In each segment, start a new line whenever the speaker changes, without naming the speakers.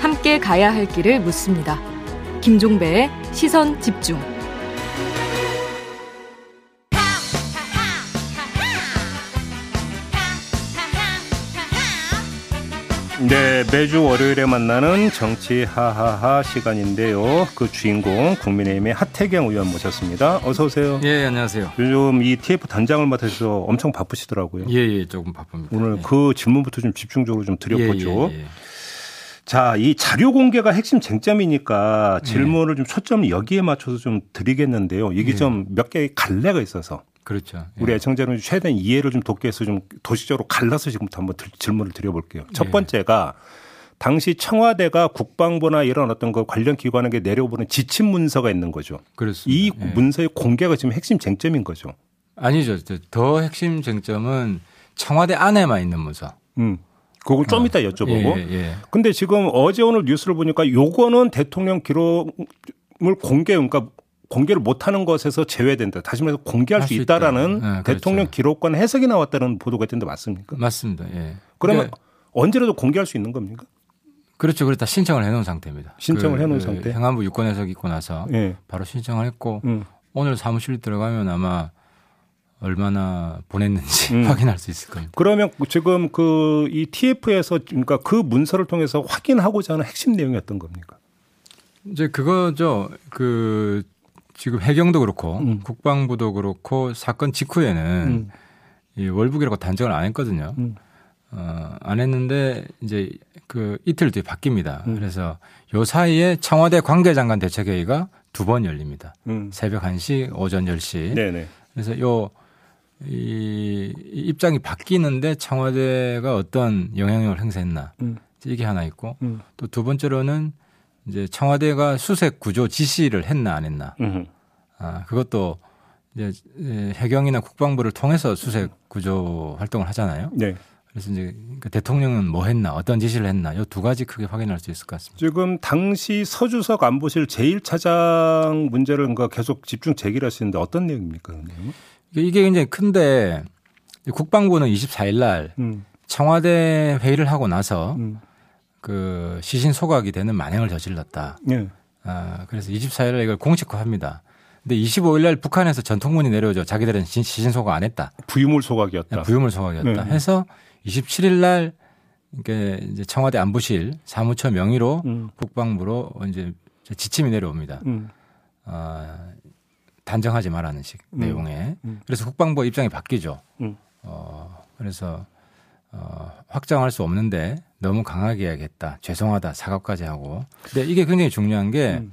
함께 가야 할 길을 묻습니다. 김종배의 시선 집중.
네, 매주 월요일에 만나는 정치 하하하 시간인데요. 그 주인공 국민의힘의 하태경 의원 모셨습니다. 어서 오세요.
예, 안녕하세요.
요즘 이 TF 단장을 맡아서 엄청 바쁘시더라고요.
예, 예, 조금 바쁩니다.
오늘
예.
그 질문부터 좀 집중적으로 좀 드려보죠.
예, 예, 예.
자, 이 자료 공개가 핵심 쟁점이니까
네.
질문을 좀 초점 여기에 맞춰서 좀 드리겠는데요. 이게
예.
좀 몇 개의 갈래가 있어서
그렇죠. 예.
우리 애청자 여러분 최대한 이해를 좀 돕기 위해서 좀 도시적으로 갈라서 지금부터 한번 들- 질문을 드려볼게요. 첫
예.
번째가 당시 청와대가 국방부나 이런 어떤 그 관련 기관에게 내려오는 지침 문서가 있는 거죠.
그렇습니다.
이
예.
문서의 공개가 지금 핵심 쟁점인 거죠.
아니죠. 저- 더 핵심 쟁점은 청와대 안에만 있는 문서.
음. 그건 좀 이따 여쭤보고.
예, 예.
근데 지금 어제 오늘 뉴스를 보니까 요거는 대통령 기록을 공개 그러니까 공개를 못하는 것에서 제외된다. 다시 말해서 공개할
할
수
수 있다.
있다라는
네, 그렇죠.
대통령 기록관 해석이 나왔다는 보도가 있던데 맞습니까?
맞습니다. 예.
그러면
그러니까
언제라도 공개할 수 있는 겁니까?
그렇죠. 그래서 다 신청을 해놓은 상태입니다.
신청을 해놓은
그
상태?
행안부 유권 해석 있고 나서
예.
바로 신청을 했고
음.
오늘 사무실 들어가면 아마 얼마나 보냈는지
음.
확인할 수 있을 겁니다.
그러면 지금 그 이 TF에서 그러니까 그 문서를 통해서 확인하고자 하는 핵심 내용이 어떤 겁니까?
이제 그거죠. 그 지금 해경도 그렇고
음.
국방부도 그렇고 사건 직후에는
음.
이 월북이라고 단정을 안 했거든요.
음.
어, 안 했는데 이제 그 이틀 뒤에 바뀝니다.
음.
그래서 요 사이에 청와대 관계장관 대책회의가 두 번 열립니다.
음.
새벽 1시, 오전 10시.
네네.
그래서 요, 이, 이 입장이 바뀌는데 청와대가 어떤 영향력을 행사했나.
음.
이제 이게 하나 있고
음.
또 두 번째로는 이제 청와대가 수색 구조 지시를 했나 안 했나.
음.
아, 그것도 이제 에, 해경이나 국방부를 통해서 수색 구조 활동을 하잖아요.
네.
그래서 이제 그 대통령은 뭐 했나 어떤 지시를 했나 요 두 가지 크게 확인할 수 있을 것 같습니다.
지금 당시 서주석 안보실 제1차장 문제를 그러니까 계속 집중 제기를 하시는데 어떤 내용입니까? 선생님?
이게- 이게 굉장히 큰데 국방부는 24일 날
음,
청와대 회의를 하고 나서
음.
그 시신 소각이 되는 만행을 저질렀다.
예.
아, 그래서 24일 날 이걸 공식화합니다. 근데 25일 날 북한에서 전통문이 내려오죠. 자기들은 시- 시신 소각 안 했다.
부유물 소각이었다.
부유물 소각이었다.
네.
해서 27일 날 이게 이제 청와대 안보실 사무처 명의로
음,
국방부로 이제 지침이 내려옵니다.
음.
아, 단정하지 말라는 식
음.
내용에
음.
그래서 국방부 입장이 바뀌죠.
음.
어, 그래서 어, 확정할 수 없는데 너무 강하게 해야겠다. 죄송하다. 사과까지 하고. 근데 이게 굉장히 중요한 게
음.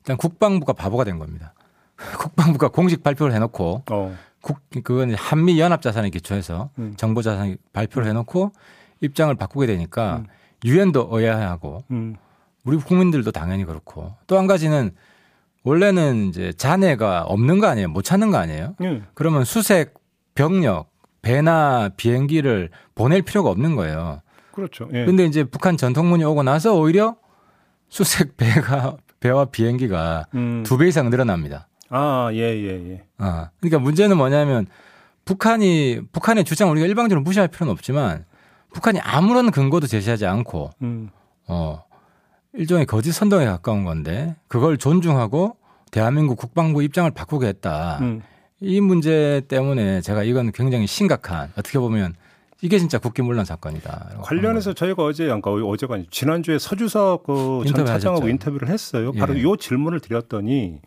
일단 국방부가 바보가 된 겁니다. 국방부가 공식 발표를 해놓고
어.
국 그건 이제 한미 연합 자산에 기초해서
음.
정보 자산 발표를 해놓고 입장을 바꾸게 되니까
음.
유엔도 의아해하고
음.
우리 국민들도 당연히 그렇고 또 한 가지는 원래는 이제 잔해가 없는 거 아니에요? 못 찾는 거 아니에요?
예.
그러면 수색 병력 배나 비행기를 보낼 필요가 없는 거예요.
그렇죠. 예.
근데 이제 북한 전통문이 오고 나서 오히려 수색 배가 배와 비행기가
음.
두 배 이상 늘어납니다.
아, 예, 예, 예.
아, 그러니까 문제는 뭐냐면 북한이 북한의 주장 우리가 일방적으로 무시할 필요는 없지만 북한이 아무런 근거도 제시하지 않고
음.
어, 일종의 거짓 선동에 가까운 건데 그걸 존중하고 대한민국 국방부 입장을 바꾸게 했다.
음.
이 문제 때문에 제가 이건 굉장히 심각한 어떻게 보면 이게 진짜 국기문란 사건이다.
어, 관련해서 저희가 어제, 그러니까 어제가 아니고 지난주에 서주석 그전
인터뷰
차장하고
하셨죠.
인터뷰를 했어요. 바로
예.
요 질문을 드렸더니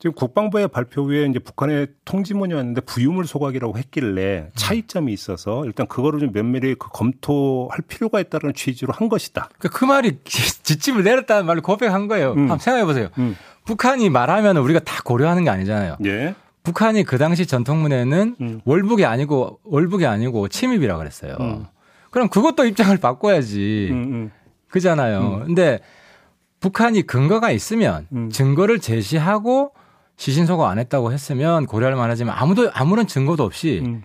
지금 국방부의 발표 후에 이제 북한의 통지문이 왔는데 부유물 소각이라고
음.
했길래 차이점이 있어서 일단 그거를 좀 면밀히 그 검토할 필요가 있다는 취지로 한 것이다.
그, 그 말이 지침을 내렸다는 말로 고백한 거예요.
음.
한번 생각해 보세요.
음.
북한이 말하면 우리가 다 고려하는 게 아니잖아요.
예.
북한이 그 당시 전통문에는
음.
월북이 아니고 월북이 아니고 침입이라 그랬어요.
음.
그럼 그것도 입장을 바꿔야지.
음,
그잖아요. 근데 북한이 근거가 있으면
음.
증거를 제시하고 시신소고 안 했다고 했으면 고려할 만하지만 아무도 아무런 증거도 없이
음, 음.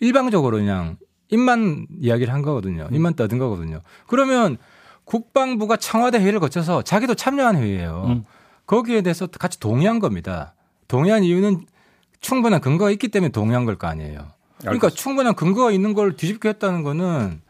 일방적으로 그냥 입만 이야기를 한 거거든요.
음.
입만 떠든 거거든요. 그러면 국방부가 청와대 회의를 거쳐서 자기도 참여한 회의예요.
음.
거기에 대해서 같이 동의한 겁니다. 동의한 이유는 충분한 근거가 있기 때문에 동의한 걸 거 아니에요. 그러니까
알겠습니다.
충분한 근거가 있는 걸 뒤집게 했다는 거는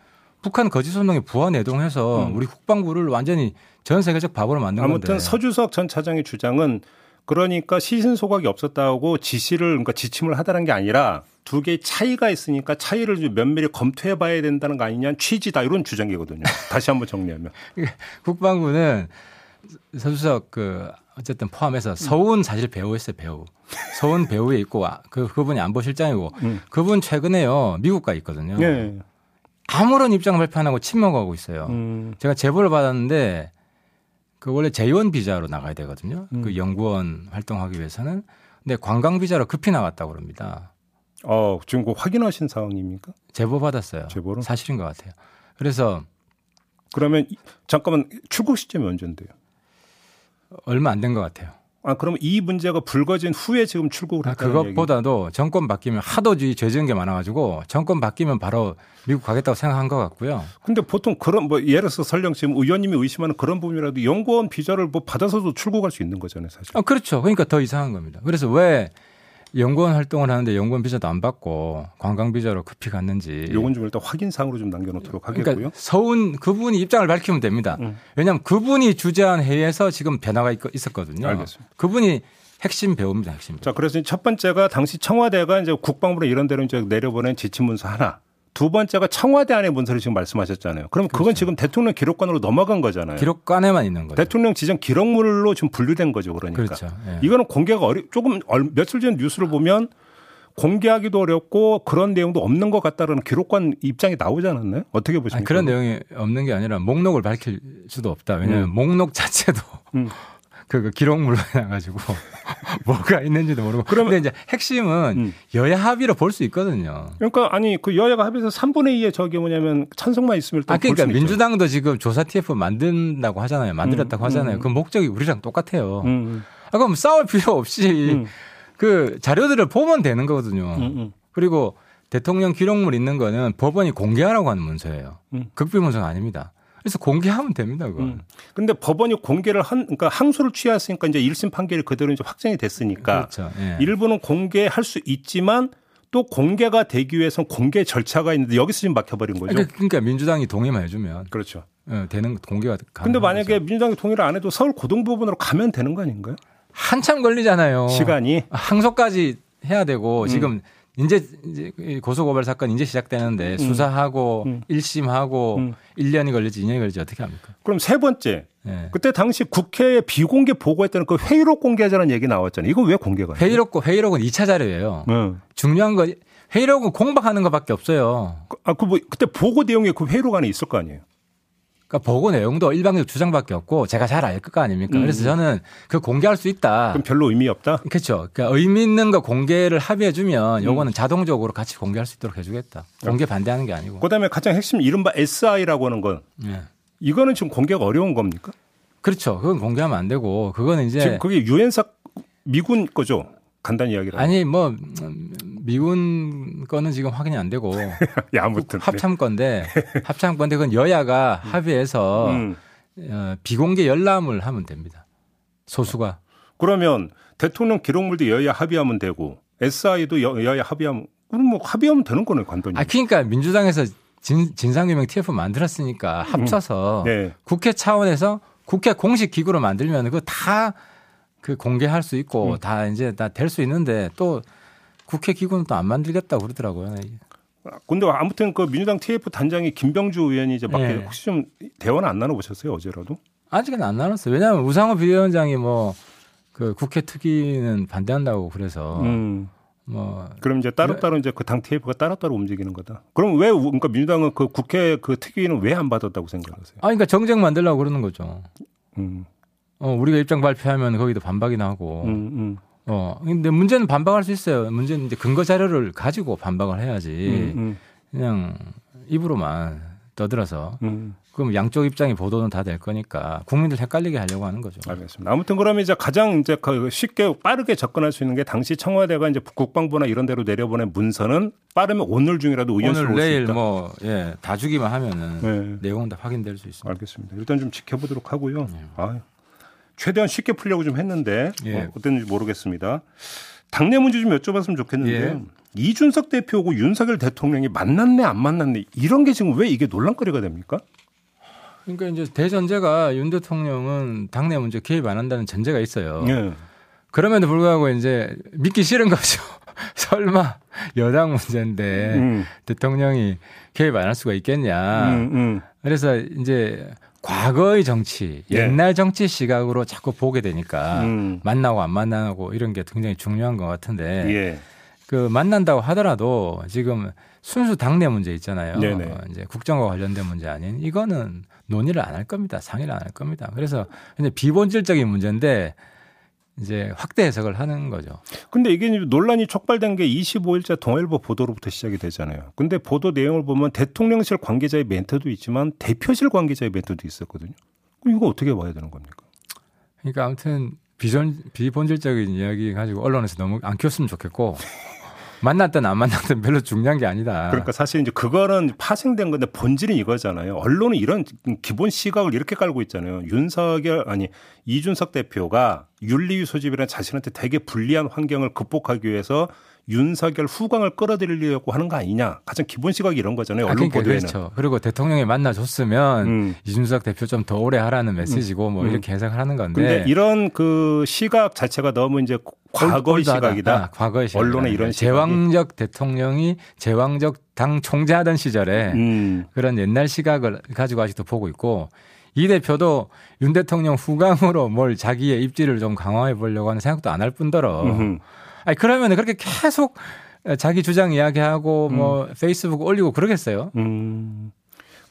북한 거짓선동에 부한 애동해서
음.
우리 국방부를 완전히 전 세계적 바보로 만든 건데.
아무튼 서주석 전 차장의 주장은 그러니까 시신 소각이 없었다고 지시를 그러니까 지침을 하다는 게 아니라 두 개의 차이가 있으니까 차이를 좀 면밀히 검토해 봐야 된다는 거 아니냐는 취지다 이런 주장이거든요. 다시 한번 정리하면
국방부는 서주석 그 어쨌든
음.
포함해서 서훈 사실 배우였어요 배우. 서훈 배우에 있고 아, 그 그분이 안보실장이고
음.
그분 최근에요 미국 가 있거든요.
예.
아무런 입장 발표 안 하고 침묵하고 있어요.
음.
제가 제보를 받았는데 그 원래 재원 비자로 나가야 되거든요.
음.
그 연구원 활동하기 위해서는 근데 관광 비자로 급히 나갔다고 그럽니다.
어 지금 그 확인하신 상황입니까?
제보 받았어요.
제보를?
사실인 것 같아요. 그래서
그러면 이- 잠깐만 출국 시점이 언젠데요?
얼마 안 된 것 같아요.
아 그러면 이 문제가 불거진 후에 지금 출국을
아,
했다는
그것보다도 정권 바뀌면 하도 이 죄지은 게 많아가지고 정권 바뀌면 바로 미국 가겠다고 생각한 것 같고요.
근데 보통 그런 뭐 예를 들어서 설령 지금 의원님이 의심하는 그런 부분이라도 연구원 비자를 뭐 받아서도 출국할 수 있는 거잖아요, 사실.
아, 그렇죠. 그러니까 더 이상한 겁니다. 그래서 왜 연구원 활동을 하는데 연구원 비자도 안 받고 관광 비자로 급히 갔는지.
요건 좀 일단 확인상으로 좀 남겨놓도록 하겠고요.
예. 그러니까 서훈 그분이 입장을 밝히면 됩니다.
음.
왜냐하면 그분이 주재한 회의에서 지금 변화가 있, 었거든요
알겠습니다. 네.
그분이 핵심 배우입니다. 핵심 배우.
자, 그래서 이제 첫 번째가 당시 청와대가 이제 국방부나 이런 데로 이제 내려보낸 지침 문서 하나. 두 번째가 청와대 안의 문서를 지금 말씀하셨잖아요. 그럼 그건 지금 대통령 기록관으로 넘어간 거잖아요.
그렇죠. 기록관에만 있는 거죠.
대통령 지정 기록물로 지금 분류된 거죠, 그러니까.
그렇죠. 예.
이거는 공개가 어려 조금 얼- 며칠 전 뉴스를 보면 공개하기도 어렵고 그런 내용도 없는 것 같다라는 기록관 입장이 나오지 않았나요? 어떻게 보십니까?
아니, 그런 내용이 없는 게 아니라 목록을 밝힐 수도 없다. 왜냐하면 목록 자체도
음.
그, 그 기록물로 해놔가지고 뭐가 있는지도 모르고. 그런데 이제 핵심은
음.
여야 합의로 볼 수 있거든요.
그러니까 아니 그 여야가 합의해서 3분의 2의 저게 뭐냐면 찬성만 있으면 일단
아, 그러니까
볼 수는 있죠.
민주당도 지금 조사 TF 만든다고 하잖아요.
음,
만들었다고 하잖아요.
음.
그 목적이 우리랑 똑같아요.
음,
아, 그럼 싸울 필요 없이
음,
그 자료들을 보면 되는 거거든요.
음, 음.
그리고 대통령 기록물 있는 거는 법원이 공개하라고 하는 문서예요.
음.
극비 문서가 아닙니다. 그래서 공개하면 됩니다, 그건.
음. 근데 법원이 공개를 한 그러니까 항소를 취하였으니까 이제 1심 판결이 그대로 이제 확정이 됐으니까
그렇죠. 예.
일부는 공개할 수 있지만 또 공개가 되기 위해선 공개 절차가 있는데 여기서 지금 막혀버린 거죠.
그러니까, 그러니까 민주당이 동의만 해주면
그렇죠.
어, 되는 공개가 가능.
근데 만약에 민주당이 동의를 안 해도 서울 고등법원으로 가면 되는 거 아닌가요?
한참 걸리잖아요.
시간이 음.
항소까지 해야 되고 지금 이제, 이제 이 고소고발 사건 이제 시작되는데 수사하고
음.
일심하고
음.
일 1년이 걸릴지 2년이 걸릴지 어떻게 합니까?
그럼 세 번째
예.
그때 당시 국회에 비공개 보고했다는 그 회의록 공개하자는 얘기 나왔잖아요. 이거 왜 공개가? 안 돼요? 네.
회의록 회의록은 2차 자료예요.
응.
중요한 건 회의록은 공박하는 것밖에 없어요.
그- 아, 그 뭐 그때 보고 내용에 그 회의록 안에 있을 거 아니에요.
그러니까 보고 내용도 일방적 주장밖에 없고 제가 잘 알 것 아닙니까? 그래서 저는 그 공개할 수
음.
있다.
그럼 별로 의미 없다.
그렇죠. 그러니까 의미 있는 거 공개를
음.
합의해주면 요거는 자동적으로 같이 공개할 수 있도록 해주겠다.
어.
공개 반대하는 게 아니고.
그다음에 가장 핵심 이른바 SI라고 하는 건
예.
이거는 지금 공개가 어려운 겁니까?
그렇죠. 그건 공개하면 안 되고 그거는 이제
지금 그게 유엔사 미군 거죠. 간단히 이야기를. 하면.
아니 뭐 음, 미운 거는 지금 확인이 안 되고 네.
야, 예, 아무튼
합참 건데 합참 건데 그건 여야가 합의해서
네. 음.
어, 비공개 열람을 하면 됩니다. 소수가
그러면 대통령 기록물도 여야 합의하면 되고 SI도 여, 여야 합의하면 그럼 뭐 합의하면 되는 거네 간단히.
아 그러니까 민주당에서 진, 진상규명 TF 만들었으니까 합쳐서
네.
국회 차원에서 국회 공식 기구로 만들면 그거 다 그 공개할 수
음.
있고 다 이제 다 될 수 있는데 또 국회 기구는 또 안 만들겠다고 그러더라고요.
아, 근데 아무튼 그 민주당 TF 단장이 김병주 의원이 이제 맡게
네.
혹시 좀 대화는 안 나눠보셨어요 어제라도?
아직은 안 나눴어요. 왜냐하면 우상호 비대위원장이 뭐 그 국회 특위는 반대한다고 그래서
음.
뭐
그럼 이제 따로따로 이제 그 당 TF가 따로따로 움직이는 거다. 그럼 왜 우- 그러니까 민주당은 그 국회 그 특위는 왜 안 받았다고 생각하세요?
아, 그러니까 정쟁 만들려고 그러는 거죠.
음,
어, 우리가 입장 발표하면 거기도 반박이 나고.
음, 음,
어, 근데 문제는 반박할 수 있어요. 문제는 이제 근거 자료를 가지고 반박을 해야지.
음, 음,
그냥 입으로만 떠들어서.
음.
그럼 양쪽 입장이 보도는 다 될 거니까 국민들 헷갈리게 하려고 하는 거죠.
알겠습니다. 아무튼 그러면 이제 가장 이제 그 쉽게 빠르게 접근할 수 있는 게 당시 청와대가 이제 국방부나 이런 데로 내려보낸 문서는 빠르면 오늘 중이라도 의견을
오늘
올수
내일
있다.
뭐 예, 다 주기만 하면은
네.
내용은 다 확인될 수 있습니다.
알겠습니다. 일단 좀 지켜보도록 하고요. 아, 최대한 쉽게 풀려고 좀 했는데
네. 예. 예.
어, 어땠는지 모르겠습니다. 당내 문제 좀 여쭤봤으면 좋겠는데요. 이준석 대표고 윤석열 대통령이 만났네 안 만났네 이런 게 지금 왜 이게 논란거리가 됩니까?
그러니까 이제 대전제가 윤 대통령은 당내 문제 개입 안 한다는 전제가 있어요.
예.
그럼에도 불구하고 이제 믿기 싫은 거죠. 설마 여당 문제인데
음,
대통령이 개입 안 할 수가 있겠냐.
음, 음.
그래서 이제 과거의 정치,
예.
옛날 정치 시각으로 자꾸 보게 되니까
음.
만나고 안 만나고 이런 게 굉장히 중요한 것 같은데
예.
그 만난다고 하더라도 지금 순수 당내 문제 있잖아요.
네네.
어, 이제 국정과 관련된 문제 아닌 이거는 논의를 안 할 겁니다. 상의를 안 할 겁니다. 그래서 이제 비본질적인 문제인데 이제 확대 해석을 하는 거죠.
근데 이게 이제 논란이 촉발된 게 25일자 동아일보 보도로부터 시작이 되잖아요. 근데 보도 내용을 보면 대통령실 관계자의 멘트도 있지만 대표실 관계자의 멘트도 있었거든요. 그럼 이거 어떻게 봐야 되는 겁니까?
그러니까 아무튼 비전, 비본질적인 이야기 가지고 언론에서 너무 안 키웠으면 좋겠고 만났든 안 만났든 별로 중요한 게 아니다.
그러니까 사실 이제 그거는 파생된 건데 본질은 이거잖아요. 언론은 이런 기본 시각을 이렇게 깔고 있잖아요. 윤석열 아니 이준석 대표가 윤리위 소집이라는 자신한테 되게 불리한 환경을 극복하기 위해서 윤석열 후광을 끌어들이려고 하는 거 아니냐. 가장 기본 시각이 이런 거잖아요.
아,
네, 언론
그러니까
보도에는.
그렇죠. 그리고 대통령이 만나줬으면
음.
이준석 대표 좀 더 오래 하라는 메시지고 뭐
음.
이렇게 해석을 하는 건데.
근데 이런 그 시각 자체가 너무 이제 과거의
올드하다.
시각이다.
아, 과거의 시각.
언론의 이런 시각이.
제왕적 대통령이 제왕적 당 총재하던 시절에
음.
그런 옛날 시각을 가지고 아직도 보고 있고 이 대표도 윤 대통령 후광으로 뭘 자기의 입지를 좀 강화해 보려고 하는 생각도 안 할 뿐더러
음흠.
아니 그러면 그렇게 계속 자기 주장 이야기하고 뭐 페이스북 올리고 그러겠어요?
음.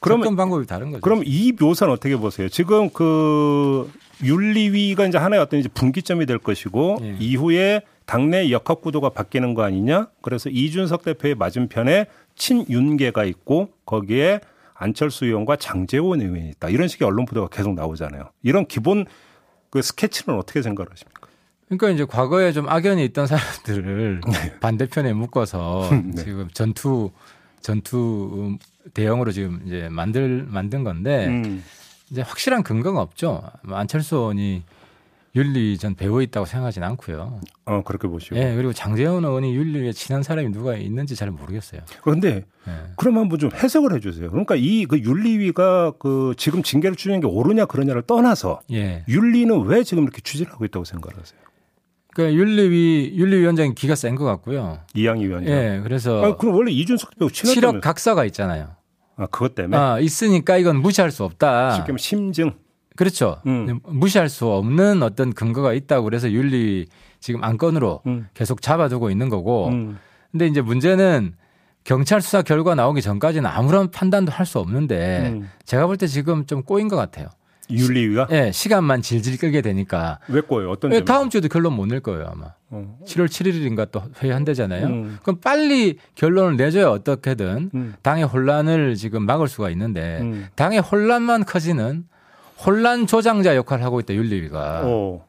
그러면
그러면
접근 방법이 다른 거죠.
그럼 이 묘사는 어떻게 보세요? 지금 그 윤리위가 이제 하나의 어떤 이제 분기점이 될 것이고
예.
이후에 당내 역학 구도가 바뀌는 거 아니냐? 그래서 이준석 대표의 맞은편에 친윤계가 있고 거기에 안철수 의원과 장재원 의원이 있다. 이런 식의 언론 보도가 계속 나오잖아요. 이런 기본 그 스케치는 어떻게 생각하십니까?
그러니까 이제 과거에 좀 악연이 있던 사람들을 반대편에 묶어서
네.
지금 전투 전투 대형으로 지금 이제 만들 만든 건데
음.
이제 확실한 근거가 없죠. 뭐 안철수 의원이 윤리 전 배우에 있다고 생각하진 않고요.
어 그렇게 보시고.
예, 그리고 장재원 의원이 윤리에 친한 사람이 누가 있는지 잘 모르겠어요.
그런데
예.
그럼 한번 좀 해석을 해주세요. 그러니까 이 그 윤리위가 그 지금 징계를 추진한 게 옳으냐 그러냐를 떠나서
예.
윤리는 왜 지금 이렇게 추진하고 있다고 생각하세요?
그러니까 윤리위 윤리위원장이 기가 센 것 같고요.
이양희 위원장.
예. 그래서
아, 그럼 원래 이준석 대표
실업
친했다면
각서가 있잖아요.
아, 그것 때문에
아, 있으니까 이건 무시할 수 없다.
쉽게 말하면 심증.
그렇죠.
음.
무시할 수 없는 어떤 근거가 있다고 그래서 윤리 지금 안건으로
음.
계속 잡아두고 있는 거고.
음.
근데 이제 문제는 경찰 수사 결과 나오기 전까지는 아무런 판단도 할 수 없는데
음.
제가 볼 때 지금 좀 꼬인 것 같아요.
윤리위가
예, 시간만 질질 끌게 되니까.
왜 꼬요? 어떤
예,
점에서?
다음 주에도 결론 못 낼 거예요, 아마.
어.
7월 7일인가 또 회의한대잖아요.
음.
그럼 빨리 결론을 내줘야 어떻게든
음.
당의 혼란을 지금 막을 수가 있는데
음.
당의 혼란만 커지는 혼란 조장자 역할을 하고 있다 윤리위가
어.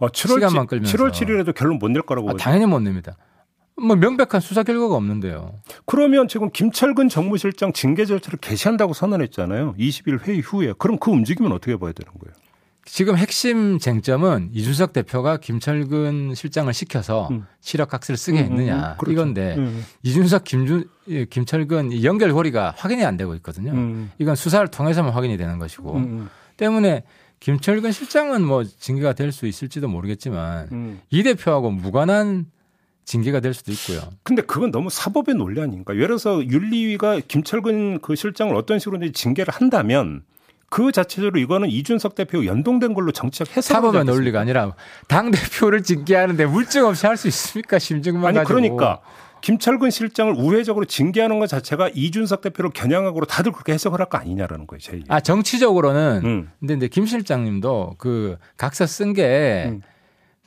아, 7월 7,
시간만 끌면서.
7월 7일에도 결론 못 낼 거라고.
아,
보세요.
당연히 못 냅니다. 뭐 명백한 수사 결과가 없는데요.
그러면 지금 김철근 정무실장 징계 절차를 개시한다고 선언했잖아요. 20일 회의 후에. 그럼 그 움직임은 어떻게 봐야 되는 거예요?
지금 핵심 쟁점은 이준석 대표가 김철근 실장을 시켜서
음.
실력학세를 쓰게
음,
했느냐
음, 그렇죠.
이건데
음.
이준석 김준 예, 김철근 이 연결고리가 확인이 안 되고 있거든요.
음.
이건 수사를 통해서만 확인이 되는 것이고
음.
때문에 김철근 실장은 뭐 징계가 될 수 있을지도 모르겠지만
음.
이 대표하고 무관한 징계가 될 수도 있고요.
근데 그건 너무 사법의 논리 아닌가? 예를 들어서 윤리위가 김철근 그 실장을 어떤 식으로든지 징계를 한다면 그 자체적으로 이거는 이준석 대표 연동된 걸로 정치적 해석을
사법의
하지 않겠습니까?
논리가 아니라 당 대표를 징계하는데 물증 없이 할 수 있습니까? 심증만
아니
가지고.
그러니까 김철근 실장을 우회적으로 징계하는 것 자체가 이준석 대표를 겨냥하고로 다들 그렇게 해석을 할 거 아니냐라는 거예요. 제 얘기.
아 정치적으로는
음.
근데 이제 김 실장님도 그 각서 쓴 게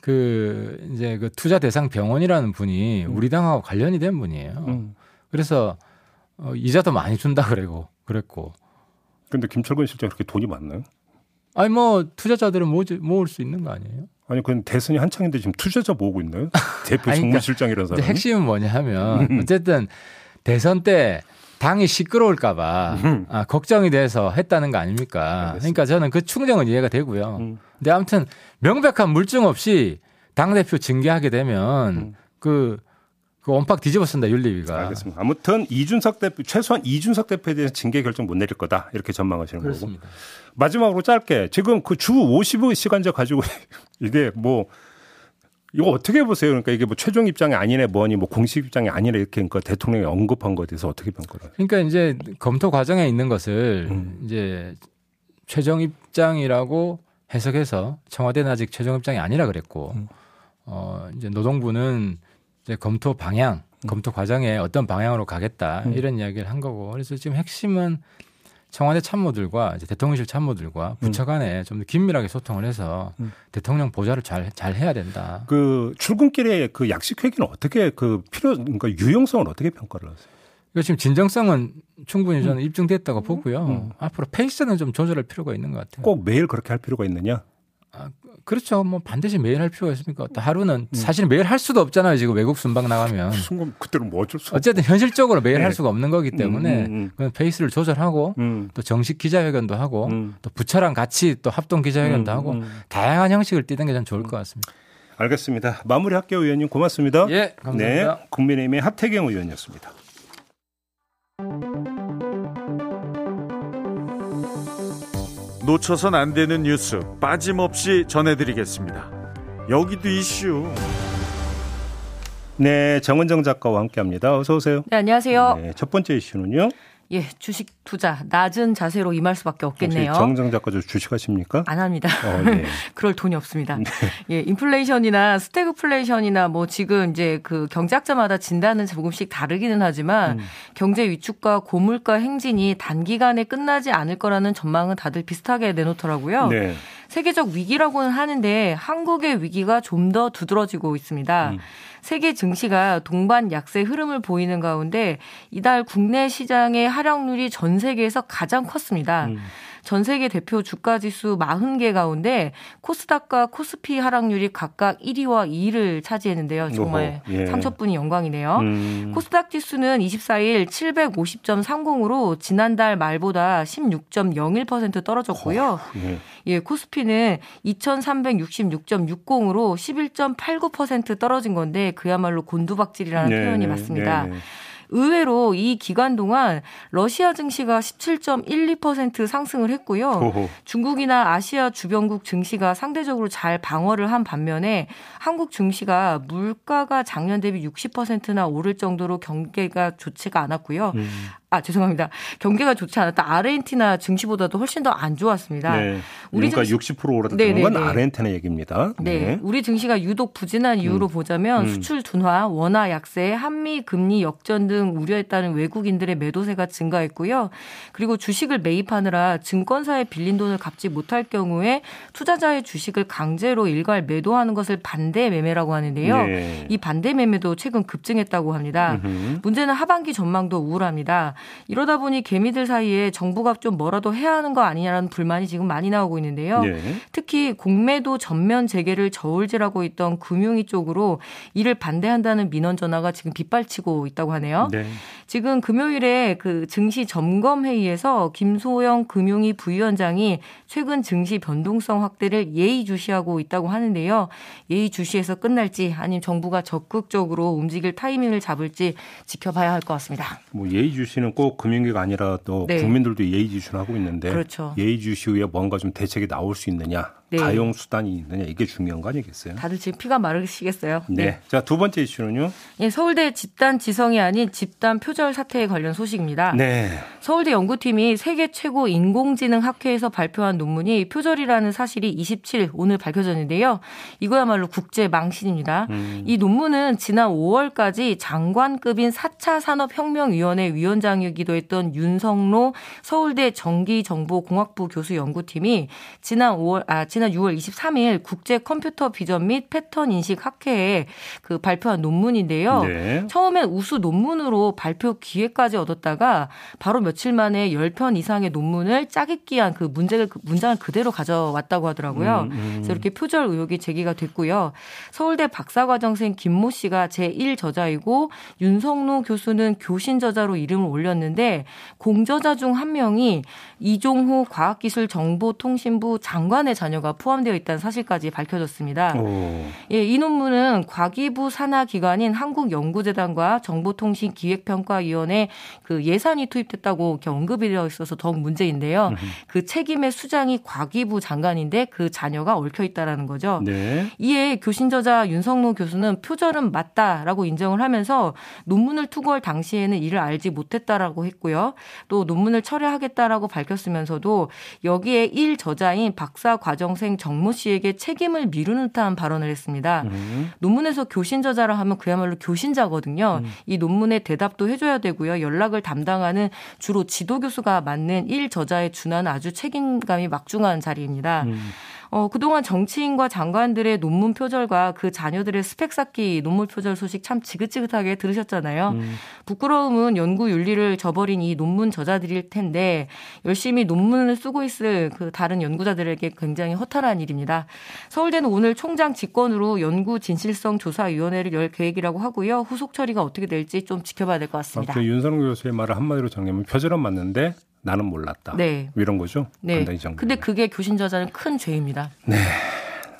그
음.
이제 그 투자 대상 병원이라는 분이 우리 당하고 관련이 된 분이에요.
음.
그래서 어, 이자도 많이 준다 그러고 그랬고
근데 김철근 실장 그렇게 돈이 많나요?
아니 뭐 투자자들은 모지, 모을 수 있는 거 아니에요?
아니 그건 대선이 한창인데 지금 투자자 모으고 있나요? 대표
아니, 그러니까
정무실장이라는 사람이. 음.
근데 핵심은 뭐냐면 어쨌든 대선 때 당이 시끄러울까봐 아, 걱정이 돼서 했다는 거 아닙니까?
음. 알겠습니다.
그러니까 저는 그 충정은 이해가 되고요.
음.
근데 아무튼 명백한 물증 없이 당 대표 징계하게 되면 그 그 원팍 뒤집어 쓴다 윤리위가.
음. 알겠습니다. 아무튼 이준석 대표 최소한 이준석 대표에 대해서 징계 결정 못 내릴 거다 이렇게 전망하시는 거고
그렇습니다.
마지막으로 짧게 지금 그 주 50시간제 가지고 이게 뭐 이거 어떻게 보세요? 그러니까 이게 뭐 최종 입장이 아니네 뭐니 뭐 공식 입장이 아니네 이렇게 그러니까 대통령이 언급한 거에 대해서 어떻게 평가를?
그러니까 이제 검토 과정에 있는 것을
음.
이제 최종 입장이라고 해석해서 청와대는 아직 최종 입장이 아니라 그랬고
음.
어 이제 노동부는 이제 검토 방향, 검토 과정에 어떤 방향으로 가겠다
음.
이런 이야기를 한 거고 그래서 지금 핵심은 청와대 참모들과 이제 대통령실 참모들과 부처 간에 좀 더 긴밀하게 소통을 해서
음.
대통령 보좌를 잘 잘 해야 된다.
그 출근길에 그 약식 회기는 어떻게 그 필요 그러니까 유용성을 어떻게 평가를 하세요?
이거 지금 진정성은 충분히 저는 입증됐다고 보고요.
음.
앞으로 페이스는 좀 조절할 필요가 있는 것 같아요.
꼭 매일 그렇게 할 필요가 있느냐?
그렇죠. 뭐 반드시 매일 할 필요가 있습니까? 또 하루는
음.
사실 매일 할 수도 없잖아요. 지금 외국 순방 나가면.
아, 순간 그때는 뭐 어쩔 수
어쨌든 현실적으로 매일
네.
할 수가 없는 거기
음,
때문에
음, 음.
그건 페이스를 조절하고
음.
또 정식 기자회견도 하고
음.
또 부처랑 같이 또 합동 기자회견도
음,
하고
음.
다양한 형식을 띠는 게 전 좋을 것 같습니다.
알겠습니다. 마무리할게요, 의원님. 고맙습니다.
예, 감사합니다.
음. 네, 국민의힘의 하태경 의원이었습니다.
놓쳐선 안 되는 뉴스 빠짐없이 전해드리겠습니다. 여기도 이슈.
네, 정은정 작가와 함께합니다. 어서 오세요.
네, 안녕하세요.
네, 첫 번째 이슈는요.
예, 주식 투자 낮은 자세로 임할 수밖에
혹시
없겠네요.
그렇죠. 정은정 작가 저 주식하십니까?
안 합니다.
어, 예. 네.
그럴 돈이 없습니다. 예, 인플레이션이나 스태그플레이션이나 뭐 지금 이제 그 경제학자마다 진단은 조금씩 다르기는 하지만
음.
경제 위축과 고물가 행진이 단기간에 끝나지 않을 거라는 전망은 다들 비슷하게 내놓더라고요.
네.
세계적 위기라고는 하는데 한국의 위기가 좀 더 두드러지고 있습니다.
음.
세계 증시가 동반 약세 흐름을 보이는 가운데 이달 국내 시장의 하락률이 전 세계에서 가장 컸습니다.
음.
전 세계 대표 주가 지수 40개 가운데 코스닥과 코스피 하락률이 각각 1위와 2위를 차지했는데요. 정말
오호, 예.
상처뿐이 영광이네요.
음,
어? 코스닥 지수는 24일 750.30으로 지난달 말보다 16.01% 떨어졌고요.
예.
예, 코스피는 2366.60으로 11.89% 떨어진 건데 그야말로 곤두박질이라는
네, 네,
표현이 맞습니다.
네, 네.
의외로 이 기간 동안 러시아 증시가 17.12% 상승을 했고요.
호호.
중국이나 아시아 주변국 증시가 상대적으로 잘 방어를 한 반면에 한국 증시가 물가가 작년 대비 60%나 오를 정도로 경계가 좋지가 않았고요.
음,
아, 죄송합니다. 경계가 좋지 않았다. 아르헨티나 증시보다도 훨씬 더 안 좋았습니다.
네.
우리
그러니까
좀-
60%
네,
오르다는
네,
건
네.
아르헨티나 얘기입니다.
네. 우리 증시가 유독 부진한 이유로 보자면
음.
수출 둔화, 원화 약세, 한미 금리 역전 등 우려했다는 외국인들의 매도세가 증가했고요. 그리고 주식을 매입하느라 증권사에 빌린 돈을 갚지 못할 경우에 투자자의 주식을 강제로 일괄 매도하는 것을 반대 매매라고 하는데요.
예.
이 반대 매매도 최근 급증했다고 합니다.
음흠.
문제는 하반기 전망도 우울합니다. 이러다 보니 개미들 사이에 정부가 좀 뭐라도 해야 하는 거 아니냐라는 불만이 지금 많이 나오고 있는데요.
예.
특히 공매도 전면 재개를 저울질하고 있던 금융위 쪽으로 이를 반대한다는 민원 전화가 지금 빗발치고 있다고 하네요.
네.
지금 금요일에 그 증시 점검 회의에서 김소영 금융위 부위원장이 최근 증시 변동성 확대를 예의주시하고 있다고 하는데요. 예의주시해서 끝날지 아니면 정부가 적극적으로 움직일 타이밍을 잡을지 지켜봐야 할 것 같습니다.
뭐 예의주시는 꼭 금융계가 아니라 또
네.
국민들도 예의주시를 하고 있는데
그렇죠.
예의주시 후에 뭔가 좀 대책이 나올 수 있느냐,
네.
가용 수단이 있느냐 이게 중요한 거 아니겠어요?
다들 지금 피가 마르시겠어요.
네. 자, 두 번째 이슈는요.
예, 서울대 집단 지성이 아닌 집단 표절 사태에 관련 소식입니다.
네.
서울대 연구팀이 세계 최고 인공지능 학회에서 발표한 논문이 표절이라는 사실이 27일 오늘 밝혀졌는데요. 이거야말로 국제 망신입니다. 이 논문은 지난 5월까지 장관급인 4차 산업혁명위원회 위원장이기도 했던 윤성로 서울대 전기정보공학부 교수 연구팀이 지난 5월 아 지난 6월 23일 국제 컴퓨터 비전 및 패턴 인식 학회에 그 발표한 논문인데요.
네.
처음엔 우수 논문으로 발표 기회까지 얻었다가 바로 몇 며칠 만에 10편 이상의 논문을 짜깁기한 그 문제를 그 문장을 그대로 가져왔다고 하더라고요.
음, 음.
그래서 이렇게 표절 의혹이 제기가 됐고요. 서울대 박사과정생 김모 씨가 제1 저자이고 윤성로 교수는 교신 저자로 이름을 올렸는데 공저자 중 한 명이 이종호 과학기술정보통신부 장관의 자녀가 포함되어 있다는 사실까지 밝혀졌습니다.
오.
예, 이 논문은 과기부 산하 기관인 한국연구재단과 정보통신기획평가위원회 그 예산이 투입됐다고 이렇게 언급이 되어 있어서 더욱 문제인데요. 그 책임의 수장이 과기부 장관인데 그 자녀가 얽혀 있다라는 거죠.
네.
이에 교신 저자 윤성로 교수는 표절은 맞다라고 인정을 하면서 논문을 투고할 당시에는 이를 알지 못했다라고 했고요. 또 논문을 철회하겠다라고 밝혔으면서도 여기에 일 저자인 박사 과정생 정모 씨에게 책임을 미루는 듯한 발언을 했습니다.
음.
논문에서 교신 저자라 하면 그야말로 교신자거든요. 이 논문에 대답도 해줘야 되고요. 연락을 담당하는 주로 지도 교수가 맡는 일 저자에 준하는 아주 책임감이 막중한 자리입니다. 어, 그동안 정치인과 장관들의 논문 표절과 그 자녀들의 스펙 쌓기 논문 표절 소식 참 지긋지긋하게 들으셨잖아요.
음.
부끄러움은 연구 윤리를 저버린 이 논문 저자들일 텐데 열심히 논문을 쓰고 있을 그 다른 연구자들에게 굉장히 허탈한 일입니다. 서울대는 오늘 총장 직권으로 연구 진실성 조사 위원회를 열 계획이라고 하고요. 후속 처리가 어떻게 될지 좀 지켜봐야 될 것 같습니다.
그 윤선홍 교수의 말을 한마디로 정리하면 표절은 맞는데 나는 몰랐다. 뭐
네.
이런 거죠.
네.
간단히 정리.
근데 그게 교신 저자는 큰 죄입니다.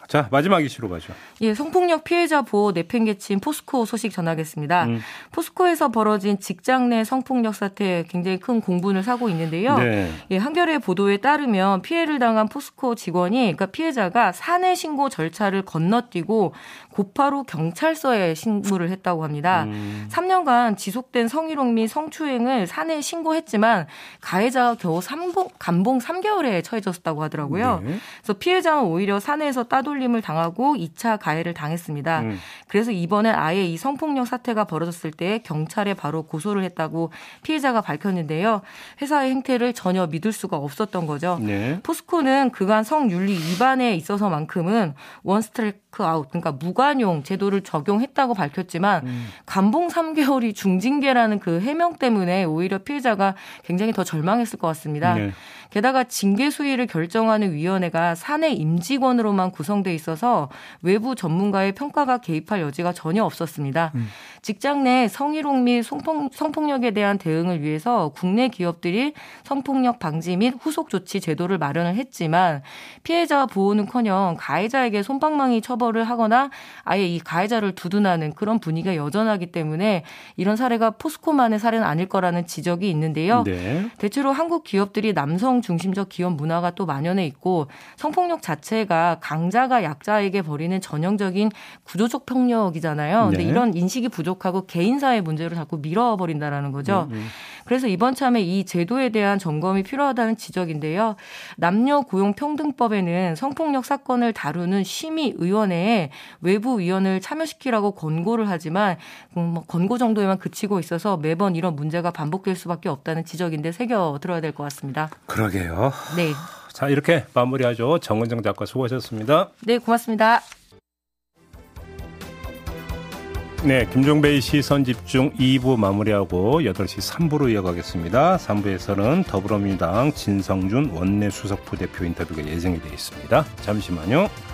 자 마지막 이슈로 가죠.
예, 성폭력 피해자 보호 내팽개친 포스코 소식 전하겠습니다.
음.
포스코에서 벌어진 직장 내 성폭력 사태 굉장히 큰 공분을 사고 있는데요.
네.
예, 한겨레 보도에 따르면 피해를 당한 포스코 직원이 그러니까 피해자가 사내 신고 절차를 건너뛰고 곧바로 경찰서에 신고를 했다고 합니다.
음.
3년간 지속된 성희롱 및 성추행을 사내 신고했지만 가해자가 겨우 삼봉- 감봉 3개월에 처해졌다고 하더라고요.
네.
그래서 피해자는 오히려 사내에서 따돌림을 당하고 2차 가해를 당했습니다.
음.
그래서 이번에 아예 이 성폭력 사태가 벌어졌을 때 경찰에 바로 고소를 했다고 피해자가 밝혔는데요. 회사의 행태를 전혀 믿을 수가 없었던 거죠.
네.
포스코는 그간 성윤리 위반에 있어서만큼은 원스트라이크 아웃, 그러니까 무관용 제도를 적용했다고 밝혔지만
음.
감봉 3개월이 중징계라는 그 해명 때문에 오히려 피해자가 굉장히 더 절망했을 것 같습니다.
네.
게다가 징계 수위를 결정하는 위원회가 사내 임직원으로만 구성돼 있어서 외부 전문가의 평가가 개입할 여지가 전혀 없었습니다. 직장 내 성희롱 및 성폭, 성폭력에 대한 대응을 위해서 국내 기업들이 성폭력 방지 및 후속 조치 제도를 마련을 했지만 피해자 보호는커녕 가해자에게 손방망이 처벌을 하거나 아예 이 가해자를 두둔하는 그런 분위기가 여전하기 때문에 이런 사례가 포스코만의 사례는 아닐 거라는 지적이 있는데요.
네.
대체로 한국 기업들이 남성 중심적 기업 문화가 또 만연해 있고 성폭력 자체가 강자가 약자에게 벌이는 전형적인 구조적 폭력이잖아요.
네.
근데 이런 인식이 부족하고 개인사회 문제로 자꾸 밀어버린다라는 거죠. 그래서 이번 참에 이 제도에 대한 점검이 필요하다는 지적인데요. 남녀 고용 평등법에는 성폭력 사건을 다루는 심의 위원회에 외부 위원을 참여시키라고 권고를 하지만 음, 뭐 권고 정도에만 그치고 있어서 매번 이런 문제가 반복될 수밖에 없다는 지적인데 새겨 들어야 될 것 같습니다.
그러게요.
네,
자 이렇게 마무리하죠. 정은정 작가 수고하셨습니다.
네 고맙습니다.
네, 김종배의 시선 집중 2부 마무리하고 8시 3부로 이어가겠습니다. 3부에서는 더불어민주당 진성준 원내수석부대표 인터뷰가 예정이 되어 있습니다. 잠시만요.